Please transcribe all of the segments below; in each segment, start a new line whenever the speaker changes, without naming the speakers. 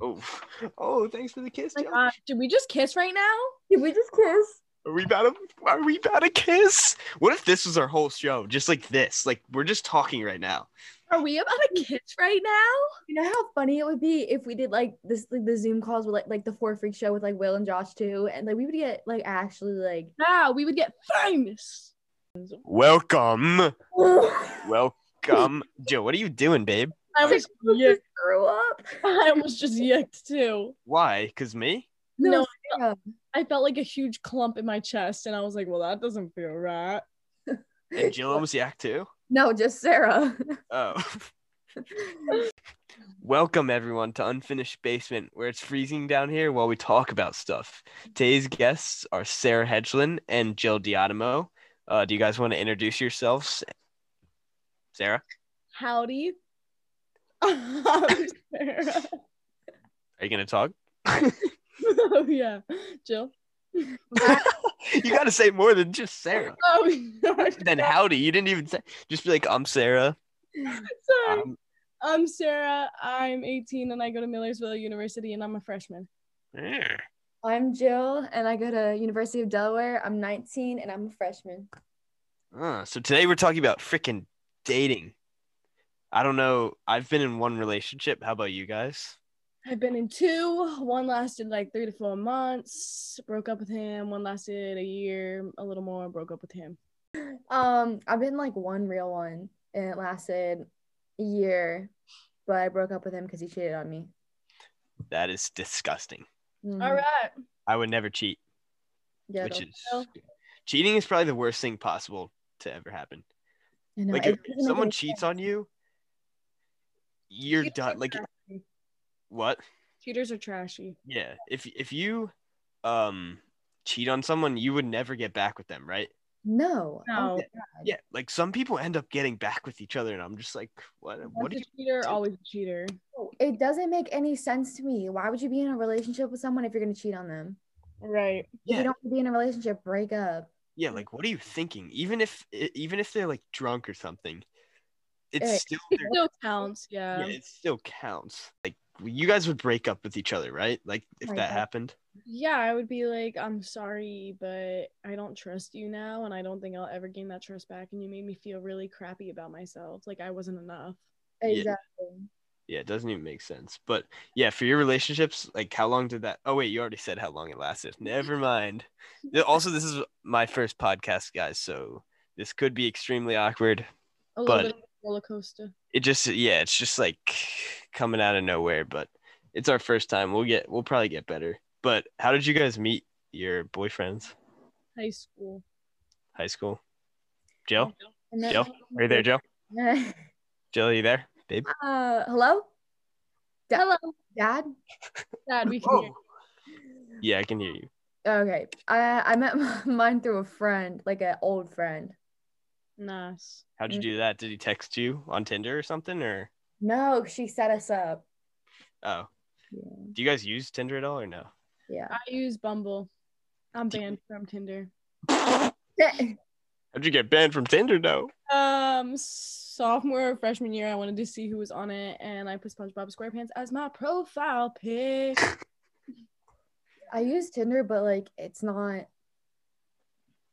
Oh, oh, thanks for the kiss,
Like,
Joey.
uh, did we just kiss right now?
Did we just kiss?
Are we about to are we about to kiss? What if this was our whole show? Just like this. Like we're just talking right now.
Are we about to kiss right now?
You know how funny it would be if we did like this, like the Zoom calls with like like the four freak show with like Will and Josh too, and like we would get like actually like.
Now we would get famous.
Welcome.
I
Welcome. Joe, what are you doing, babe?
I was
was
yuck-
just threw up.
I was just yucked too.
Why? Cause me?
No,
yeah.
I felt like a huge clump in my chest, and I was like, "Well, that doesn't feel right."
And Jill almost yak too?
No, just Sarah.
Oh. Welcome everyone to Unfinished Basement, where it's freezing down here while we talk about stuff. Today's guests are Sarah Hedglin and Jill Diottimo. Uh, do you guys want to introduce yourselves? Sarah?
Howdy. I'm Sarah.
Are you gonna talk?
oh yeah, Jill.
You gotta say more than just Sarah.
Oh, yeah.
then howdy. You didn't even say. Just be like, I'm Sarah.
sorry.
Um,
I'm Sarah. I'm 18 and I go to Millersville University and I'm a freshman.
eh.
I'm Jill, and I go to University of Delaware. I'm 19, and I'm a freshman.
Uh, so today we're talking about freaking dating. I don't know. I've been in one relationship. How about you guys?
I've been in two. One lasted like three to four months. Broke up with him. One lasted a year, a little more. Broke up with him.
Um, I've been like one real one, and it lasted a year, but I broke up with him because he cheated on me.
That is disgusting.
Mhm.
All
Mm.
right.
I would never cheat,
Yeah,
which
though.
is
know.
cheating is probably the worst thing possible to ever happen.
I know,
like
it
if
doesn't make
someone
any
cheats on you, you're
Cheaters
done.
are
Like
trashy.
what?
cheaters are trashy.
Yeah. If if you um cheat on someone, you would never get back with them, right?
No.
No.
yeah like some people end up getting back with each other and i'm just like what what
Once
do
a
you
cheater,
do?
always a cheater.
Oh, It doesn't make any sense to me. Why would you be in a relationship with someone if you're going to cheat on them?
Right.
If
yeah
you don't want to be in a relationship, break up.
yeah like what are you thinking even if e- even if they're like drunk or something it's
Eh,
still
It
their-
still counts.
yeah,
Yeah.
it still counts like you guys would break up with each other right like if
Right,
that
right.
happened
Yeah. I would be like, I'm sorry, but I don't trust you now. And I don't think I'll ever gain that trust back. And you made me feel really crappy about myself. Like I wasn't enough.
Yeah.
Exactly.
yeah it doesn't even make sense but yeah for your relationships like how long did that oh wait you already said how long it lasted never mind Th- also this is my first podcast guys so this could be extremely awkward
A little
But-
bit of a roller coaster.
it just yeah it's just like coming out of nowhere but it's our first time we'll get we'll probably get better but how did you guys meet your boyfriends
High school.
high school jill
And then-
jill are you there jill jill are you there babe
Uh, hello? Da-
Hello,
Dad?
Dad. We can
Oh.
hear. you.
yeah i can hear you
Okay. I, I met mine through a friend, like an old friend.
Nice.
how'd you do that did he text you on tinder or something or
No, she set us up.
oh
Yeah.
do you guys use tinder at all or no
Yeah.
I use Bumble. I'm
Do you-
banned from Tinder.
how'd you get banned from tinder though
Um, sophomore or freshman year, I wanted to see who was on it, and I put SpongeBob SquarePants as my profile pic.
I use Tinder, but like it's not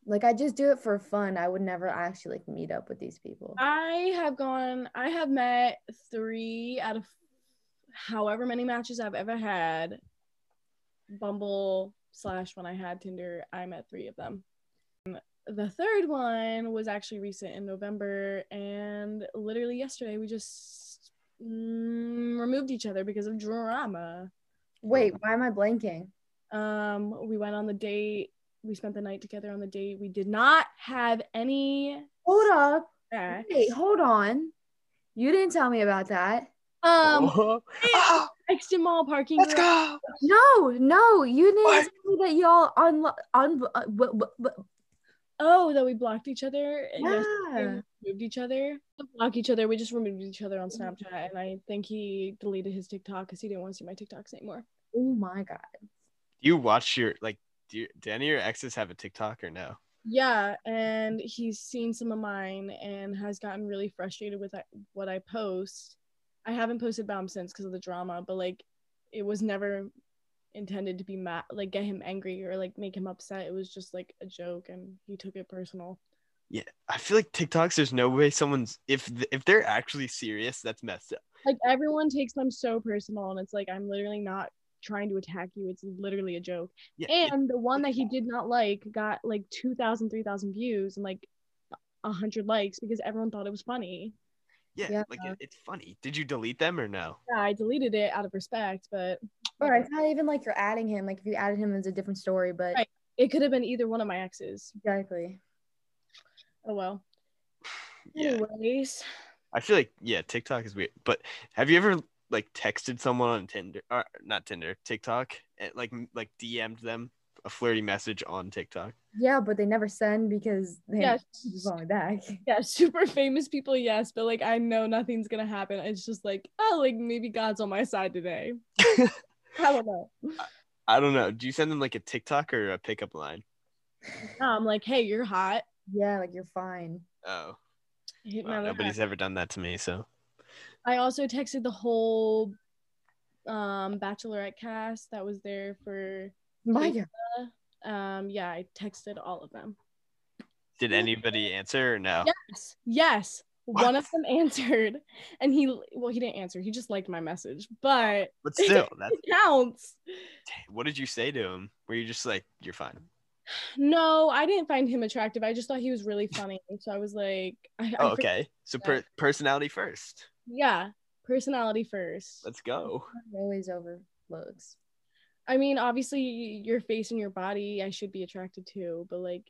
like I just do it for fun. I would never actually like meet up with these people.
Uh, I have gone. I have met three out of however many matches I've ever had. Bumble slash when I had Tinder, I met three of them. The third one was actually recent in November, and literally yesterday we just mm, removed each other because of drama.
Wait, why am I blanking?
Um, we went on the date. We spent the night together on the date. We did not have any.
Hold up.
sex.
Wait, hold on. You didn't tell me about that.
Um,
Oh,
Exton Mall parking.
let's go
lot.
No, no, you didn't
What?
tell me that y'all on on uh, w- w- w-
Oh, that we blocked each other and yes,
yeah.
we removed each other. Not Block each other. We just removed each other on Snapchat, and I think he deleted his TikTok because he didn't want to see my TikToks anymore.
Oh my god.
do you watch your like do, you, do any of your exes have a tiktok or no
Yeah, and he's seen some of mine and has gotten really frustrated with that- what I post. I haven't posted about him since because of the drama, but like it was never intended to be mad like get him angry or like make him upset it was just like a joke and he took it personal
I feel like TikToks. There's no way someone's if th- if they're actually serious, that's messed up.
like everyone takes them so personal and it's like i'm literally not trying to attack you it's literally a joke
Yeah, it-
and the one that he did not like got like 2000 3000 views and like 100 likes because everyone thought it was funny
yeah,
yeah.
like it, it's funny. Did you delete them or no?
yeah i deleted it out of respect but
Or it's not even like you're adding him. Like if you added him, it's a different story. But
Right. it could have been either one of my exes
exactly.
oh well
Yeah,
anyways
I feel like yeah, TikTok is weird. But have you ever like texted someone on Tinder or not Tinder, TikTok, and like m- like DM'd them a flirty message on TikTok?
Yeah, but they never send because they
yeah
it's only back.
yeah super famous people yes but like i know nothing's gonna happen it's just like oh like maybe god's on my side today i don't know
I don't know. Do you send them like a TikTok or a pickup line?
i'm like hey you're hot
Yeah, like you're fine.
Oh,
Hit
well,
my line.
nobody's ever done that to me. So
I also texted the whole um bachelorette cast that was there for
Maya.
um yeah, I texted all of them.
did anybody answer or no?
Yes. Yes.
What?
One of them answered and he well he didn't answer. He just liked my message. But
But still, that's
it counts.
what did you say to him? Were you just like you're fine?
No, I didn't find him attractive. I just thought he was really funny. So I was like
Oh,
I, I fr-
okay. So
yeah.
per- personality first.
yeah, personality 1st
Let's go.
Always overlooks.
I mean, obviously your face and your body I should be attracted to, but like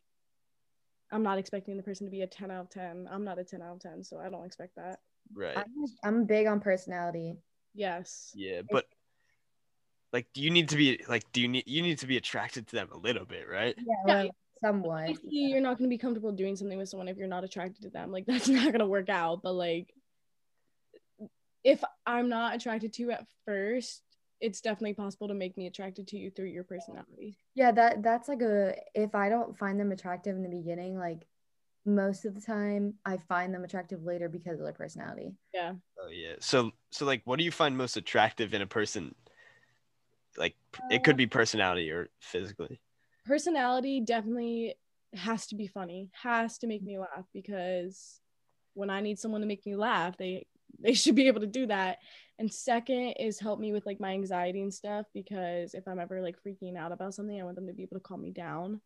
I'm not expecting the person to be a 10 out of 10. I'm not a 10 out of 10, so I don't expect that.
Right.
I'm, I'm big on personality.
Yes.
yeah, but like do you need to be like do you need you need to be attracted to them a little bit, right?
Yeah,
Yeah.
like, somewhat.
Obviously, You're not going to be comfortable doing something with someone if you're not attracted to them. Like that's not going to work out, but like if I'm not attracted to you at first, it's definitely possible to make me attracted to you through your personality.
Yeah, that that's like a if I don't find them attractive in the beginning, like most of the time I find them attractive later because of their personality.
Oh yeah. So so like what do you find most attractive in a person? Like p- it could be personality or physically.
personality definitely has to be funny has to make me laugh because when i need someone to make me laugh they they should be able to do that and second is help me with like my anxiety and stuff because if i'm ever like freaking out about something i want them to be able to calm me down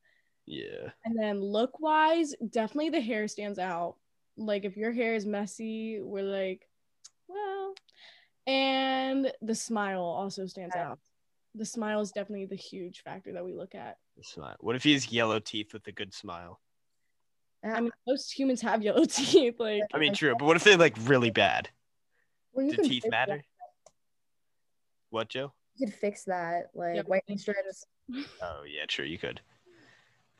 Yeah.
and then look wise definitely the hair stands out like if your hair is messy we're like well and the smile also stands out the smile is definitely the huge factor that we look at
the Smile. What if he has yellow teeth with a good smile?
I mean, most humans have yellow teeth. Like,
I mean, true, but what if they're like really bad?
well, you
Do
can
teeth
fix that-
matter? What, Joe?
You could fix that, like
but
whitening
they
strips.
Oh yeah, true. You could.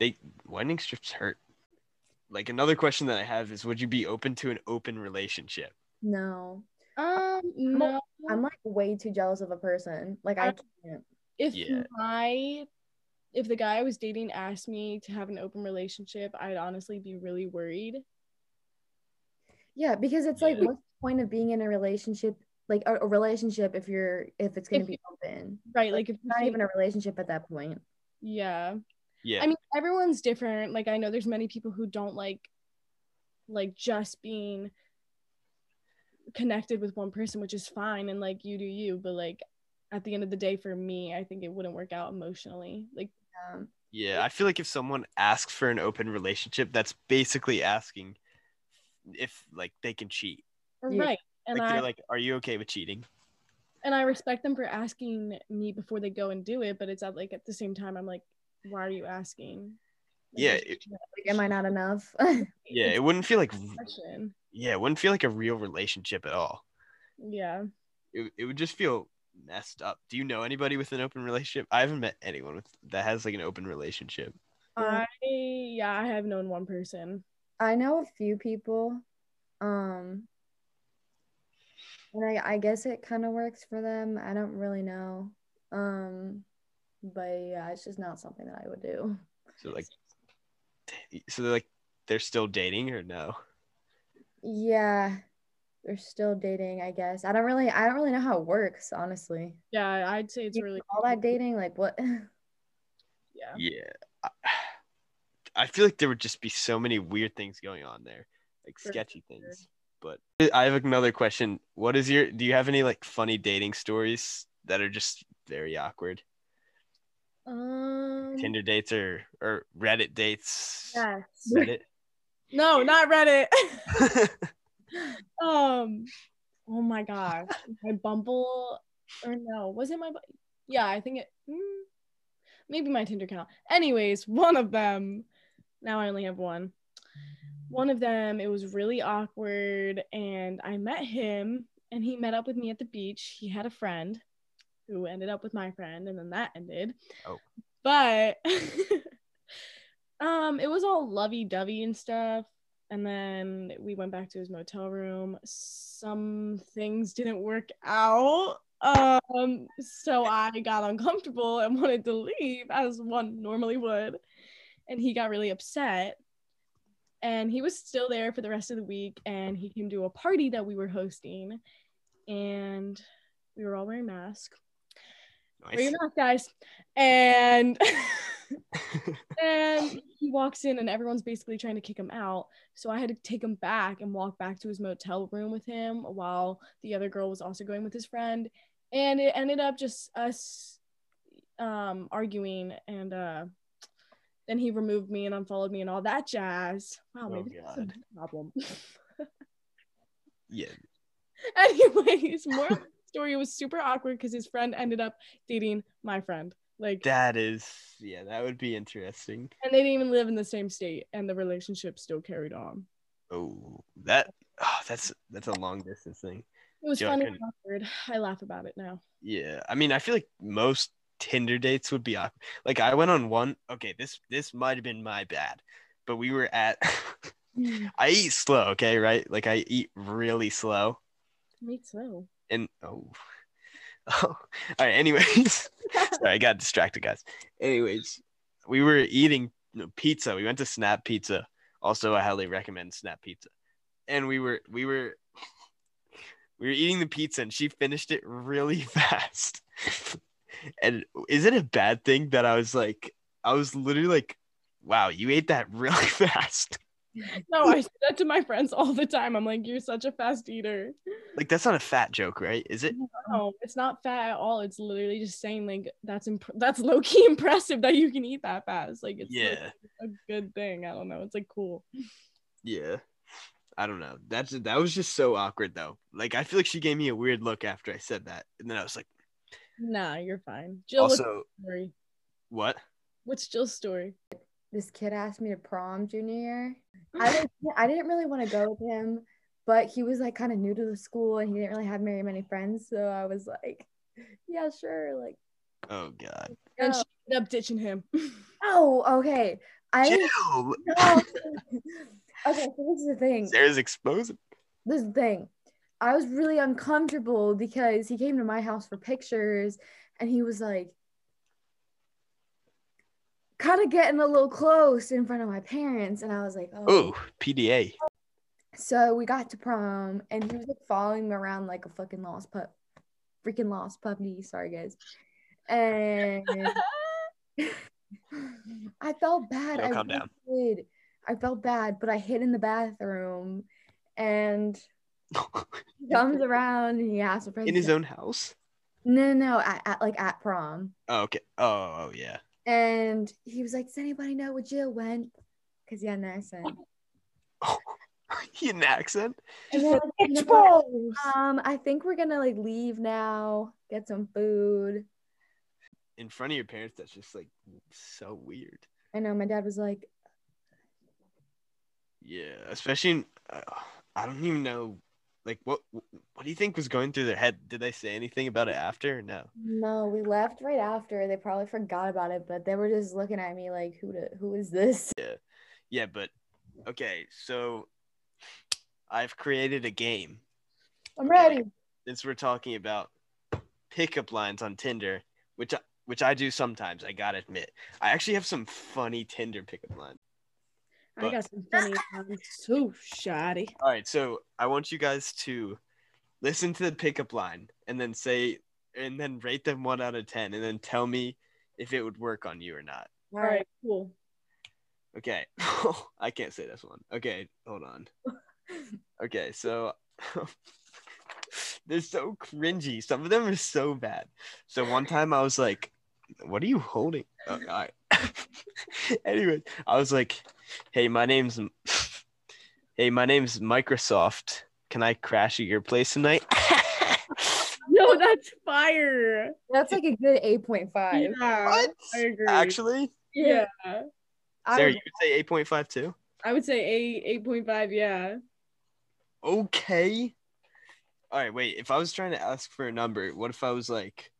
They winding strips hurt. Like another question that I have is, would you be open to an open relationship?
No,
um, no.
I'm like way too jealous of a person. Like I
I-
can't.
If
Yeah.
my, if the guy I was dating asked me to have an open relationship, I'd honestly be really worried.
Yeah, because it's like,
Yeah.
what's the point of being in a relationship? Like a, a relationship, if you're if it's gonna
If
be open,
Right? Like, if you
not
think-
even a relationship at that point.
yeah.
Yeah.
I mean, everyone's different. Like, I know there's many people who don't like, like just being connected with one person, which is fine, and like you do you. But like, at the end of the day, for me, I think it wouldn't work out emotionally. Like,
Um,
yeah, I feel like if someone asks for an open relationship, that's basically asking if like they can cheat.
Yeah.
right? And
like
I
they're like, "Are you okay with cheating?"
and I respect them for asking me before they go and do it, but it's at like at the same time I'm like, why are you asking? Like,
Yeah,
it's
it-
just a
like, am I not enough?
Yeah, it wouldn't feel like
question.
yeah, it wouldn't feel like a real relationship at all.
Yeah,
It it would just feel messed up. Do you know anybody with an open relationship? I haven't met anyone with that has like an open relationship.
Yeah.
I yeah I have known one person.
I know a few people, um, and I I guess it kind of works for them. I don't really know, um, but yeah, it's just not something that I would do.
So like, so they're like, they're still dating or no?
Yeah, they're still dating, I guess. I don't really I don't really know how it works, honestly.
Yeah, I'd say it's
Yeah.
really
All that dating, like what
yeah.
Yeah. I, I feel like there would just be so many weird things going on there, like
For
sketchy
sure.
things. But I have another question. What is your do you have any like funny dating stories that are just very awkward?
Mm.
um
Tinder dates or or Reddit dates?
Yes.
Reddit.
No, not Reddit. um oh my gosh. My Bumble or no, was it my Bu- yeah, I think it mm, maybe my Tinder account. Anyways, one of them. Now I only have one. One of them, it was really awkward, and I met him and he met up with me at the beach. He had a friend who ended up with my friend, and then that ended.
Oh.
But um it was all lovey-dovey and stuff. And then we went back to his motel room. Some things didn't work out. Um, so I got uncomfortable and wanted to leave as one normally would. And he got really upset. And he was still there for the rest of the week. And he came to a party that we were hosting. And we were all wearing masks. Wear
Nice.
your mask, guys. And and he walks in and everyone's basically trying to kick him out so i had to take him back and walk back to his motel room with him while the other girl was also going with his friend and it ended up just us um arguing and uh then he removed me and unfollowed me and all that jazz wow
Oh,
maybe that's a
God.
problem
Yeah.
anyways more of the story it was super awkward because his friend ended up dating my friend like
That is yeah, that would be interesting.
and they didn't even live in the same state and the relationship still carried on
Oh that oh, that's that's a long distance thing.
It was
Yeah, I
funny
couldn't-
and awkward. I laugh about it now.
Yeah, I mean, I feel like most Tinder dates would be awkward. Like I went on one. Okay, this this might have been my bad, but we were at. I eat slow, okay, right? Like I eat really slow,
Me too.
and oh, oh. All right. Anyways, sorry, I got distracted, guys. Anyways, we were eating you know, pizza. We went to Snap Pizza. Also, I highly recommend Snap Pizza. And we were we were we were eating the pizza, and she finished it really fast. and is it a bad thing that I was like, I was literally like, "Wow, you ate that really fast."
No, I say that to my friends all the time. I'm like, you're such a fast eater.
Like that's not a fat joke, right? Is it?
No, it's not fat at all. It's literally just saying like that's imp- that's low key impressive that you can eat that fast. Like it's like,
Yeah,
a good thing. I don't know. It's like cool.
yeah. I don't know. That's that was just so awkward though. Like I feel like she gave me a weird look after I said that, and then I was like,
Nah, you're fine. Jill, what's
also,
your story?
what?
What's Jill's story?
this kid asked me to prom junior year. I didn't, I didn't really want to go with him, but he was like kind of new to the school and he didn't really have very many friends. So I was like, yeah, sure. Like,
Oh God.
And she ended up ditching him.
oh, okay. I didn't
Jill,
know. okay, so this is the thing.
Sarah's exposing.
this is the thing. I was really uncomfortable because he came to my house for pictures and he was like kind of getting a little close in front of my parents. And I was like, oh,
Oh, PDA.
So we got to prom, and he was like following me around like a fucking lost pup, freaking lost puppy. Sorry, guys. And I felt bad.
Yo,
I
calm
really
down.
did. I felt bad, but I hid in the bathroom, and he comes around and he asks for
In his own house.
No, no, no, at, at like at prom,
Oh, okay. Oh, oh, yeah.
and he was like, "Does anybody know where Jill went?" Because he had an accent.
he had an accent.
And then I was like, "No,
Exposed.
Um, I think we're gonna like leave now, get some food.
In front of your parents, that's just like so weird.
I know my dad was like,
Yeah, especially in, uh, I don't even know. Like, what what do you think was going through their head? Did they say anything about it after? or No.
No, we left right after. They probably forgot about it, but they were just looking at me like, who the, who is this?
Yeah, but okay. So I've created a game.
I'm
ready.
ready.
since we're talking about pickup lines on Tinder, which I, which I do sometimes, I gotta admit, I actually have some funny Tinder pickup lines.
I got some funny ones. So shoddy.
All right, so I want you guys to listen to the pickup line and then say and then rate them one out of ten and then tell me if it would work on you or not.
All right, cool.
Okay. Oh, I can't say this one. Okay, hold on. Okay, so they're so cringy. Some of them are so bad. So one time I was like, what are you holding? Oh, all right. anyway, I was like, hey, my name's hey, my name's Microsoft. Can I crash at your place tonight?
No, that's fire.
That's like a good 8.5.
Yeah, I agree.
Actually,
yeah.
I
Sarah,
would-
you would say eight point five too.
I would say eight, eight point five. Yeah.
Okay. All right, wait. If I was trying to ask for a number, what if I was like,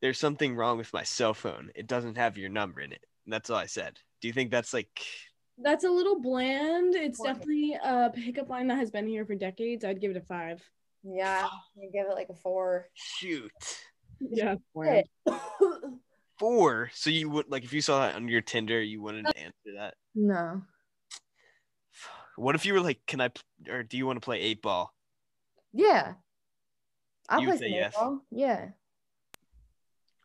"There's something wrong with my cell phone. It doesn't have your number in it." And that's all I said. Do you think that's like?
That's a little bland. It's
Why?
definitely a pickup line that has been here for decades. I'd give it a five.
yeah, you give it like a four.
Shoot.
Yeah.
bland.
Four. So you would like if you saw that on your Tinder, you wouldn't answer that.
no.
What if you were like, "Can I?" p- Or do you want to play eight ball?
Yeah. I
You
play
say
some
yes.
baseball. Yeah.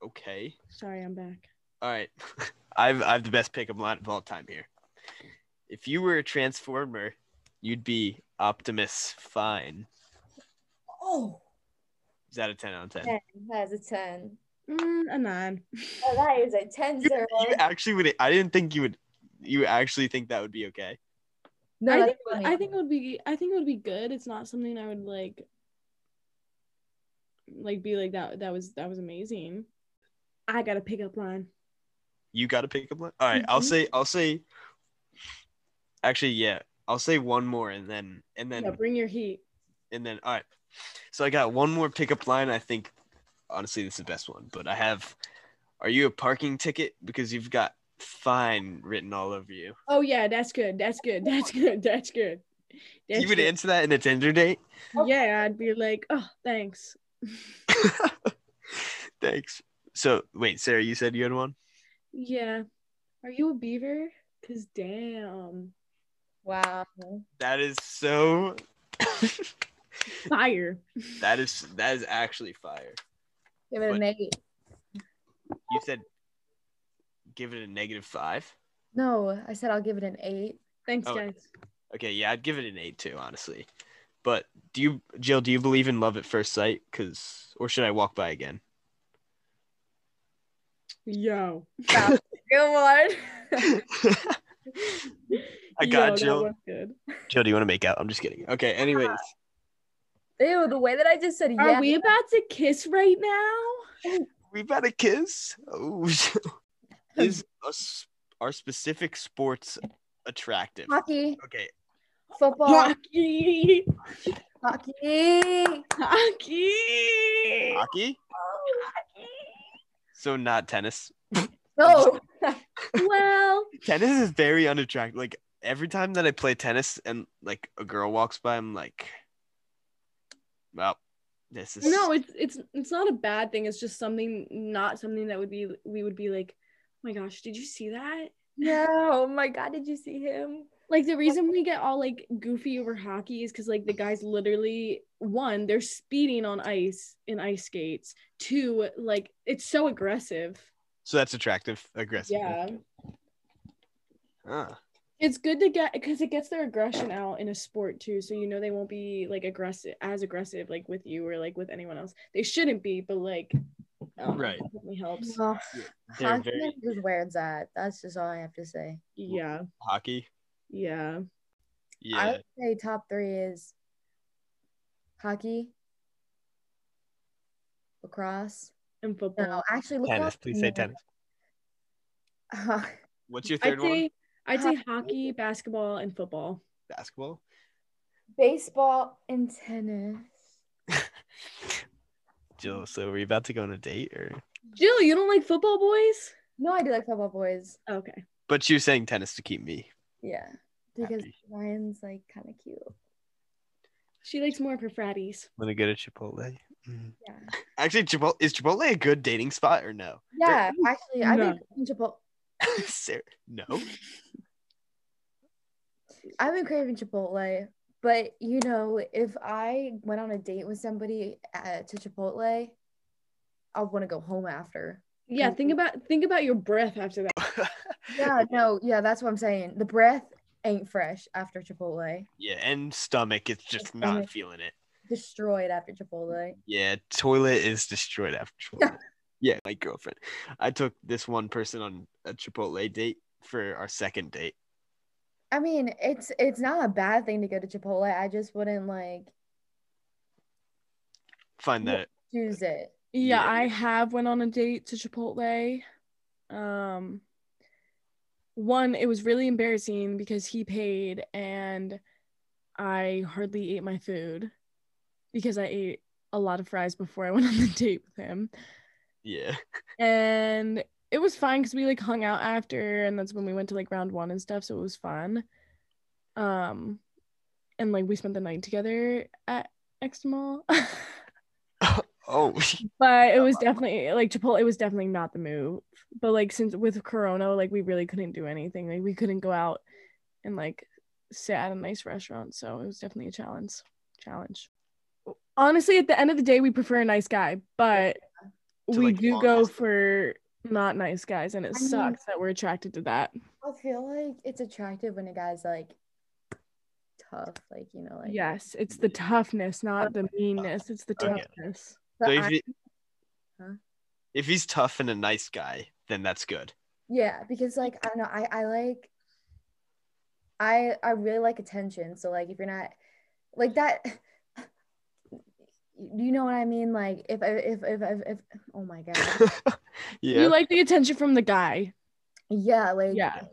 Okay.
Sorry, I'm back.
All right. I've I've the best pickup line of all time here. If you were a transformer, you'd be Optimus Fine.
Oh,
Is that a ten out of ten?
ten. That's a ten.
Mm, a nine.
Oh, that is a 10 zero.
You actually would. I didn't think you would. You actually think that would be okay?
No,
I,
that's
think,
funny.
I think it would be. I think it would be good. It's not something I would like. Like be like that. That was that was amazing. I got a pickup line.
You got a pickup line. All right, I'll
Mhm.
say. I'll say. Actually, yeah. I'll say one more, and then and then
Yeah, bring your heat.
and then all right so i got one more pickup line i think honestly this is the best one but i have are you a parking ticket because you've got fine written all over you
Oh yeah, that's good. That's good. That's good. That's good. That's
you would
good.
answer that in a tinder date
Yeah, I'd be like, oh, thanks.
thanks so wait sarah you said you had one
Yeah. Are you a beaver? Cause damn,
wow.
that is so
fire.
that is that is actually fire
Give it an eight.
you said give it a negative five
No, I said I'll give it an eight.
Thanks,
Oh,
guys.
Okay, yeah, I'd give it an eight too, honestly. But do you, Jill? Do you believe in love at first sight? Cause, or should I walk by again?
Yo.
Wow, Good one.
I got
that
you.
was good.
Jill, do you want to make out? I'm just kidding. Okay. Anyways,
Ew, the way that I just said
Are
yeah.
we about to kiss right now?
we've had a kiss. Oh, is us our specific sports attractive?
hockey,
Okay.
football,
Hockey.
hockey.
Hockey.
Hockey.
Oh.
So not tennis.
No.
Well,
Tennis is very unattractive. Like every time that I play tennis and like a girl walks by, I'm like, well, this is
no, it's it's it's not a bad thing. It's just something not something that would be we would be like, oh my gosh, did you see that?
No. Oh my God, did you see him?
Like the reason we get all like goofy over hockey is because like the guys literally one, they're speeding on ice in ice skates. Two, like it's so aggressive.
So that's attractive, aggressive.
Yeah.
Ah,
It's good to get because it gets their aggression out in a sport too. So you know they won't be like aggressive as aggressive like with you or like with anyone else. They shouldn't be, but like um,
Right.
it definitely helps.
Oh,
They're
hockey
very-
is where it's at. That's just all I have to say.
Yeah.
hockey.
Yeah.
I
Yeah.
would say top three is hockey, lacrosse.
And football.
No, actually, lacrosse.
tennis. Please say tennis.
tennis.
What's your
I'd
third one?
say I'd say hockey, basketball, and football.
Basketball.
Baseball and tennis.
Jill, so were you about to go on a date or?
Jill, you don't like football boys?
No, I do like football boys.
Okay.
But she was saying tennis to keep me.
Yeah, because
Happy.
Ryan's like kind of cute.
She likes more of her fratties.
Want to go to Chipotle? Mm.
Yeah.
Actually, Chipotle is Chipotle a good dating spot or no?
Yeah, actually, I've
No.
been going to Chipotle.
Sarah, no.
I've been craving Chipotle, but you know, if I went on a date with somebody at, to Chipotle, I want to go home after.
Yeah, think about think about your breath after that.
Yeah, no, yeah, that's what I'm saying. The breath ain't fresh after Chipotle.
yeah, and stomach, it's just not
Stomach.
feeling it.
Destroyed after Chipotle.
Yeah, toilet is destroyed after Chipotle. yeah, my girlfriend. I took this one person on a Chipotle date for our second date.
I mean, it's it's not a bad thing to go to Chipotle. I just wouldn't like
Find
Yeah.
that
choose it.
Yeah,
Yeah.
I have went on a date to Chipotle. Um one, it was really embarrassing because he paid and I hardly ate my food because I ate a lot of fries before I went on the date with him.
yeah.
And it was fine because we like hung out after and that's when we went to like round one and stuff, so it was fun. Um and like we spent the night together at Extra Mall.
Oh
but it was definitely like Chipotle it was definitely not the move. But like since with Corona, like we really couldn't do anything. Like we couldn't go out and like sit at a nice restaurant. So it was definitely a challenge. Challenge. Honestly, at the end of the day, we prefer a nice guy, but
To,
we
like,
do
long
go
distance.
for not nice guys, and it
I mean-
sucks that we're attracted to that.
I feel like it's attractive when a guy's like tough, like you know, like
yes, it's the toughness, not the meanness. It's the
Okay.
toughness.
But
So if,
I-
he-
Huh?
if he's tough and a nice guy, then that's good.
yeah, because like I don't know, I I like I I really like attention. So like if you're not like that, you know what I mean? Like if I- if if if, if oh my god,
yeah.
You like the attention from the guy.
yeah, like
Yeah.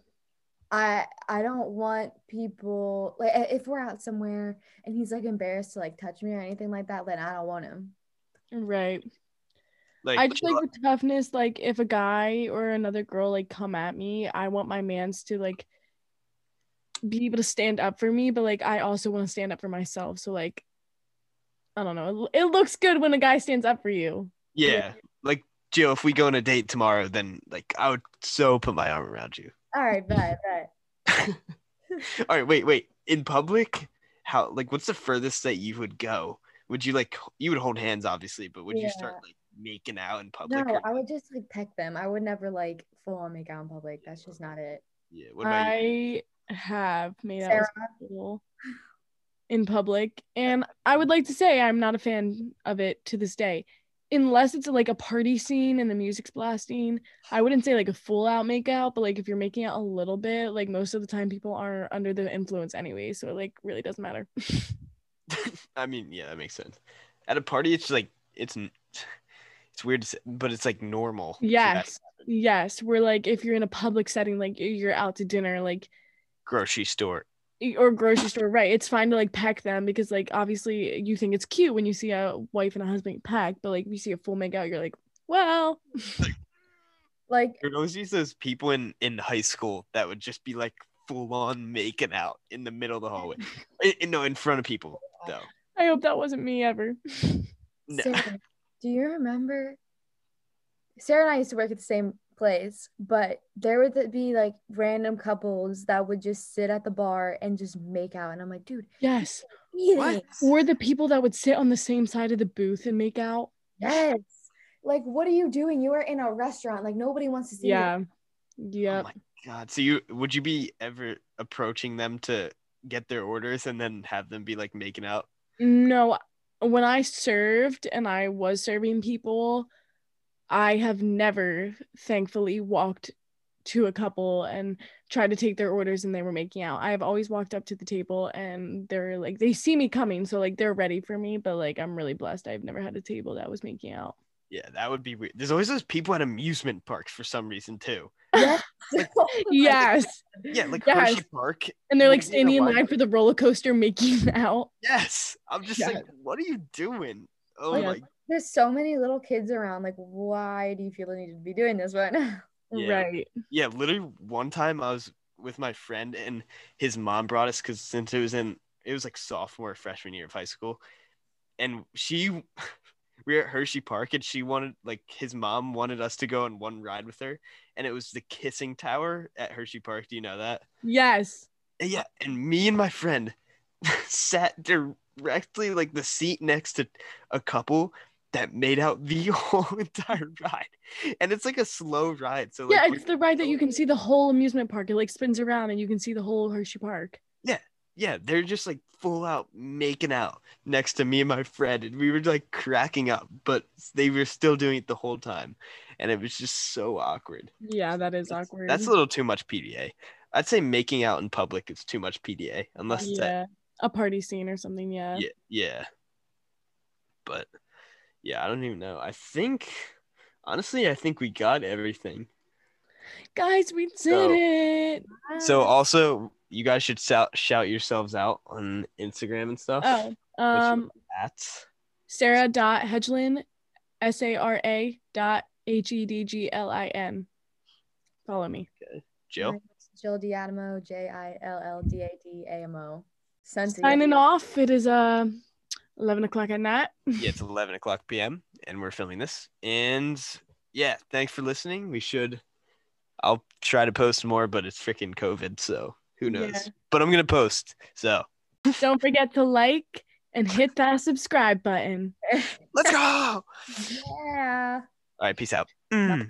I I don't want people like i- if we're out somewhere and he's like embarrassed to like touch me or anything like that, then I don't want him.
Right.
like,
I just
chill
like the toughness. Like if a guy or another girl like come at me, I want my man's to like be able to stand up for me, but like I also want to stand up for myself. So like I don't know. It, it looks good when a guy stands up for you.
Yeah. Like Jill, if we go on a date tomorrow, then like I would so put my arm around you.
All right, bet, bet.
All right, wait, wait. In public, how like what's the furthest that you would go? Would you like you would hold hands obviously, but would you start like making out in public?
No,
or-
I would just like peck them. I would never like full on make out in public. That's just not it.
yeah, what about you?
I have made out
Sarah,
with people in public, and I would like to say I'm not a fan of it to this day. Unless it's like a party scene and the music's blasting, I wouldn't say like a full out makeout, but like if you're making out a little bit, like most of the time people are under the influence anyway, so it like really doesn't matter.
I mean, yeah, that makes sense. At a party, it's like it's n- it's weird, to say, but it's like normal. for that.
Yes, yes, we're like if you're in a public setting, like you're out to dinner, like
grocery store.
or grocery store, right? It's fine to like peck them because like obviously you think it's cute when you see a wife and a husband peck, but like you see a full make out, you're like, well,
Like
There's always these those people in in high school that would just be like full on making out in the middle of the hallway. I- I- no, in front of people though.
I hope that wasn't me ever.
No.
Sarah, do you remember? Sarah and I used to work at the same place, but there would be like random couples that would just sit at the bar and just make out, and I'm like, dude,
Yes.
eat
What?
it.
Or the people that would sit on the same side of the booth and make out.
Yes. Like, what are you doing? You are in a restaurant. Like, nobody wants to see you.
Yeah. Yeah.
Oh my god. So you would you be ever approaching them to get their orders and then have them be like making out?
No, when I served and I was serving people, I have never thankfully walked to a couple and tried to take their orders and they were making out. I have always walked up to the table and they're like they see me coming, so like they're ready for me, but like I'm really blessed. I've never had a table that was making out.
Yeah, that would be weird. There's always those people at amusement parks for some reason too.
Yes.
Yes.
Yeah, like
Yes.
Hershey Park.
And they're like
Yeah,
standing in
why-
line for the roller coaster making out.
Yes. I'm just
Yeah.
like, what are you doing? Oh
Yeah.
my
There's so many little kids around. Like, why do you feel the need to be doing this right now?
Yeah.
Right.
Yeah, literally one time I was with my friend and his mom brought us because since it was in it was like sophomore freshman year of high school, and she we were at Hershey Park and she wanted like his mom wanted us to go on one ride with her, and it was the kissing tower at Hershey Park. Do you know that?
Yes.
yeah, and me and my friend sat directly like the seat next to a couple that made out the whole entire ride, and it's like a slow ride. So like,
yeah,
we're-
it's the ride that you can see the whole amusement park. It like spins around and you can see the whole Hershey Park.
yeah, they're just like full out making out next to me and my friend, and we were like cracking up, but they were still doing it the whole time, and it was just so awkward.
Yeah, that is
That's-
awkward.
That's a little too much PDA. I'd say making out in public is too much PDA, unless it's at,
yeah, a party scene or something. Yeah.
yeah, yeah. But yeah, I don't even know. I think honestly, I think we got everything.
Guys, we did
So-
it.
So
Ah.
Um,
also, you guys should shout shout yourselves out on Instagram and stuff.
Oh,
What's your
um,
at
Sarah dot Hedglin, S A R A dot H E D G L I N. Follow me.
Jill.
Jill Diadamo, J I L L D A D A M O.
Signing off. It is uh, eleven o'clock at night.
yeah, it's 11 o'clock p.m. and we're filming this. And yeah, thanks for listening. We should, I'll try to post more, but it's freaking COVID. So who knows?
Yeah.
But I'm going to post. So
Don't forget to like and hit that subscribe button.
let's go. All
Yeah.
right. Peace out. Mm.